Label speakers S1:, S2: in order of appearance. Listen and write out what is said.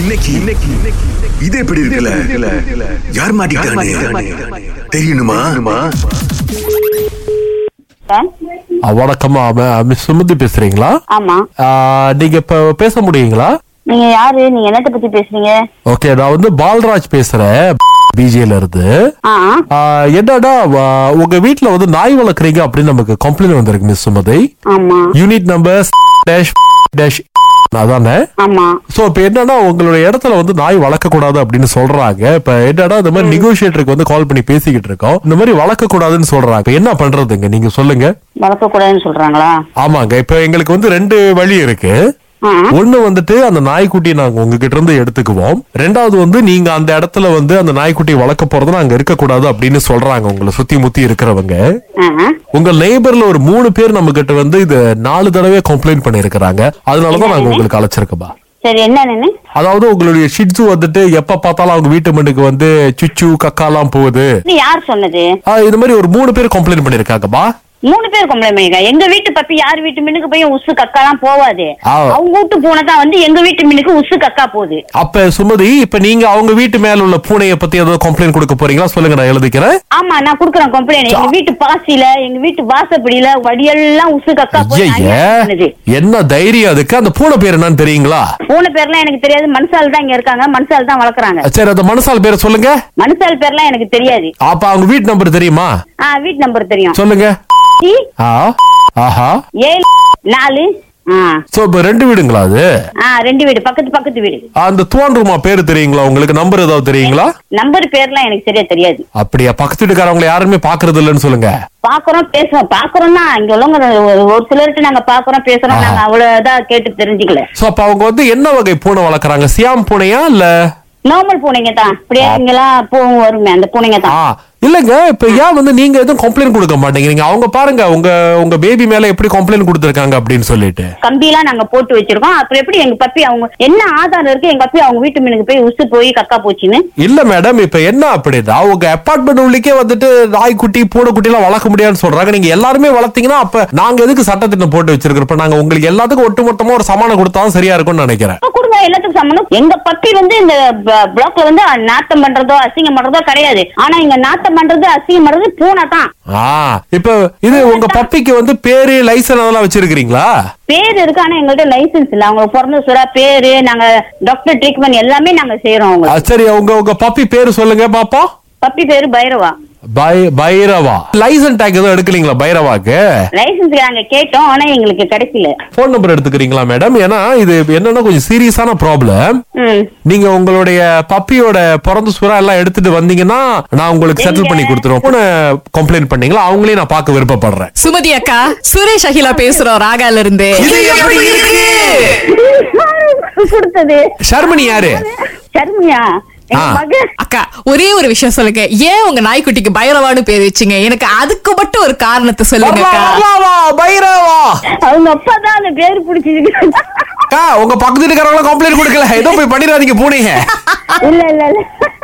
S1: இன்னைக்கு இன்னைக்கு இது எப்படி இருக்குல்ல யார் மாட்டிக்கிட்டானே தெரியணுமா
S2: சார்
S3: ஆ, வணக்கம் மிஸ் சுமதி பேசுறீங்களா
S2: ஆமா
S3: ஆ, நீங்க இப்ப பேச முடியுங்களா
S2: நீங்க யாரு நீங்க என்னத்த பத்தி பேசுறீங்க
S3: ஓகே நான் வந்து பால்ராஜ் பேசுறேன் பிஜேல இருந்து
S2: ஆ ஆ.
S3: ஆ, என்னடா ஆ, உங்க வீட்ல வந்து நாய் வளர்க்குறீங்க அப்படின்னு நமக்கு கம்ப்ளைண்ட் வந்திருக்கு மிஸ் சுமதி
S2: ஆமா
S3: யூனிட் நம்பர் டேஷ் டேஷ் அதானே
S2: ஆமா
S3: சோ இப்ப என்னன்னா உங்களுடைய இடத்துல வந்து நாய் வளர்க்க கூடாது அப்படின்னு சொல்றாங்க இப்ப என்னன்னா இந்த மாதிரி நெகோசியேட்டருக்கு வந்து கால் பண்ணி பேசிக்கிட்டு இருக்கோம் இந்த மாதிரி வளர்க்க கூடாதுன்னு சொல்றாங்க இப்ப என்ன பண்றதுங்க நீங்க சொல்லுங்க
S2: வளர்க்க கூடாதுன்னு சொல்றாங்களா
S3: ஆமாங்க இப்ப எங்களுக்கு வந்து ரெண்டு வழி இருக்கு
S2: ஆ
S3: ஒண்ணு வந்துட்டு அந்த நாய்க்குட்டியை நாங்க உங்ககிட்ட இருந்து எடுத்துக்குவோம் ரெண்டாவது வந்து நீங்க அந்த இடத்துல வந்து அந்த நாய்க்குட்டியை வளர்க்க போறது நாங்க இருக்க கூடாது அப்படின்னு சொல்றாங்க உங்களை சுத்தி முத்தி இருக்கிறவங்க
S2: ஆ ஆ.
S3: உங்க நெய்பர்ல ஒரு மூணு பேர் நம்ம கிட்ட வந்து இது நாலு தடவை கம்ப்ளைண்ட் பண்ணிருக்கிறாங்க அதனாலதான் நாங்க உங்களுக்கு அழைச்சிருக்கோம்
S2: சரி என்ன நின்னு
S3: அதாவது உங்களுடைய ஷிட்ஸு வந்துட்டு எப்ப பார்த்தாலும் அவங்க வீட்டு மண்ணுக்கு வந்து சுச்சு கக்காலாம் போகுது
S2: இது யார் சொன்னது
S3: ஆ, இது மாதிரி ஒரு மூணு பேர் கம்ப்ளைண்ட் பண்ணிருக்காங்கப்பா
S2: மூணு பேர் கம்ப்ளைண்ட் பண்ணிருக்கா எங்க வீட்டு பப்பி யார் வீட்டு மின்னுக்கு போய் உசு கக்காலாம் போவாது
S3: ஆ.
S2: அவங்க வீட்டு பூனை வந்து எங்க வீட்டு மின்னுக்கு உசு கக்கா போகுது
S3: அப்ப சுமதி இப்ப நீங்க அவங்க வீட்டு மேல உள்ள பூனைய பத்தி ஏதாவது கம்ப்ளைண்ட் கொடுக்க போறீங்களா சொல்லுங்க நான் எழுதிக்கிறேன்
S2: ஆமா நான் குடுக்குறேன் கம்ப்ளைண்ட் எங்க வீட்டு பாசியில எங்க வீட்டு வாசப்படியில வடியெல்லாம் உசு கக்கா போய் நான்
S3: ஐயையே,
S2: என்ன பண்ணுது?
S3: என்ன தைரியம் அதுக்கு அந்த பூனை பேர் என்னன்னு தெரியுங்களா
S2: பூனை பேர்லாம் எனக்கு தெரியாது மனுஷால் தான் இங்க இருக்காங்க மனுஷால் தான் வளர்க்குறாங்க
S3: சரி அந்த மனசால் பேரை சொல்லுங்க
S2: மனுஷால் பேர்லாம் எனக்கு தெரியாது
S3: அப்ப அவங்க வீட்டு நம்பர் தெரியுமா
S2: ஆ வீட்டு நம்பர் தெரியும்
S3: சொல்லுங்க
S2: சி,
S3: ஆ, ஆஹா
S2: ஏழு நாலு ஆ
S3: சோ இப்ப ரெண்டு வீடுங்களா அது
S2: ஆ ரெண்டு வீடு பக்கத்து பக்கத்து வீடு
S3: அந்த தோன்றுமா பேரு தெரியுங்களா உங்களுக்கு நம்பர் ஏதாவது தெரியுங்களா
S2: நம்பர் பேர்லாம் எனக்கு சரியா தெரியாது
S3: அப்படியா பக்கத்து வீட்டுக்காரவங்களை யாருமே பாக்குறது இல்லைன்னு சொல்லுங்க
S2: பாக்குறோம் பேசுறோம் பாக்குறோம்னா இங்க உள்ளவங்க ஒரு- ஒரு சிலர்கிட்ட நாங்க பாக்குறோம் பேசுறோம் நாங்க அவ்வளவு இதா கேட்டு தெரிஞ்சுக்கல
S3: சோ அப்ப அவங்க வந்து என்ன வகை பூனை வளர்க்கறாங்க சியாம் பூனையா இல்ல
S2: நார்மல் பூனைங்க தான் அப்படியே இங்கெல்லாம் பூவும் வருமே அந்த பூனைங்க
S3: ஆ
S2: தான்
S3: இல்லங்க இப்ப ஏன் வந்து நீங்க எதுவும் கம்ப்ளைண்ட் கொடுக்க மாட்டேங்கிறீங்க அவங்க பாருங்க உங்க உங்க பேபி மேல எப்படி கம்ப்ளைண்ட் கொடுத்திருக்காங்க அப்படின்னு சொல்லிட்டு
S2: கம்பியெல்லாம் நாங்க போட்டு வச்சிருக்கோம் அப்புறம் எப்படி எங்க பப்பி அவங்க என்ன ஆதாரம் இருக்கு எங்க பப்பி அவங்க வீட்டு மீனுக்கு போய் உசு போய் கக்கா போச்சுன்னு
S3: இல்ல மேடம் இப்ப என்ன அப்படின்னா உங்க அபார்ட்மெண்ட் உள்ளிக்கே வந்துட்டு நாய்க்குட்டி பூனைக்குட்டி எல்லாம் வளர்க்க முடியாதுன்னு சொல்றாங்க நீங்க எல்லாருமே வளர்த்தீங்கன்னா அப்ப நாங்க எதுக்கு சட்டத்திட்டம் போட்டு வச்சிருக்கிறோம் நாங்க உங்களுக்கு எல்லாத்துக்கும் ஒட்டுமொத்தமா ஒரு சமானம் கொடுத்தாலும் சரியா இருக்கும்னு நினைக்கிறேன்
S2: அப்ப கொடுங்க எல்லாத்துக்கும் சம்மந்தம் எங்க பப்பி வந்து இந்த பிளாக்ல வந்து நாத்தம் பண்றதோ அசிங்கம் பண்றதோ கிடையாது ஆனா இங்க நாத்தம் பண்றது அசிங்கம் பண்றது பூனை தான்
S3: ஆ இப்ப இது உங்க பப்பிக்கு வந்து பேரு லைசன் அதெல்லாம் வச்சிருக்கீங்களா
S2: பேர் இருக்கு ஆனா எங்கள்ட்ட லைசென்ஸ் இல்ல அவங்க பிறந்த சுறா பேரு நாங்க டாக்டர் ட்ரீட்மெண்ட் எல்லாமே நாங்க செய்யறோம் அவங்க
S3: ஆ, சரி உங்க உங்க பப்பி பேரு சொல்லுங்க பாப்பா
S2: பப்பி பேரு பைரவா
S3: பை பைரவா லைசன் டேக் எதுவும் எடுக்கலீங்களா பைரவாக்கு
S2: லைசென்ஸ் நாங்க கேட்டோம் ஆனா எங்களுக்கு கிடைக்கல
S3: ஃபோன் நம்பர் எடுத்துக்கிறீங்களா மேடம் ஏன்னா இது என்னன்னா கொஞ்சம் சீரியஸான ப்ராப்ளம்
S2: ம்
S3: நீங்க உங்களுடைய பப்பியோட பிறந்த சுறா எல்லாம் எடுத்துட்டு வந்தீங்கன்னா நான் உங்களுக்கு செட்டில் பண்ணி கொடுத்துருவேன் போன கம்ப்ளைண்ட் பண்ணீங்களா அவங்களையும் நான் பார்க்க விருப்பப்படுறேன்
S4: சுமதி அக்கா சுரேஷ் அகிலா பேசுறோம் ராகால இருந்து
S2: கொடுத்தது
S3: ஷர்மணி யாரு
S2: சர்மியா எங்க
S3: ஆ.
S2: மக
S4: அக்கா ஒரே ஒரு விஷயம் சொல்லுங்க ஏன் உங்க நாய்க்குட்டிக்கு பைரவான்னு பேர் வச்சீங்க எனக்கு அதுக்கு மட்டும் ஒரு காரணத்தை சொல்லுங்க
S3: வர்றா,
S4: அக்கா
S3: வர்றாவா, பைரவா
S2: அவங்க அப்பா தான் அந்த பேர் பிடிச்சிருக்கு
S3: அக்கா, உங்க பக்கத்து வீட்டுக்காரங்களும் கம்ப்ளைண்ட் கொடுக்கல ஏதோ போய் பண்ணிடாதீங்க பூனைங்க
S2: இல்ல இல்ல இல்ல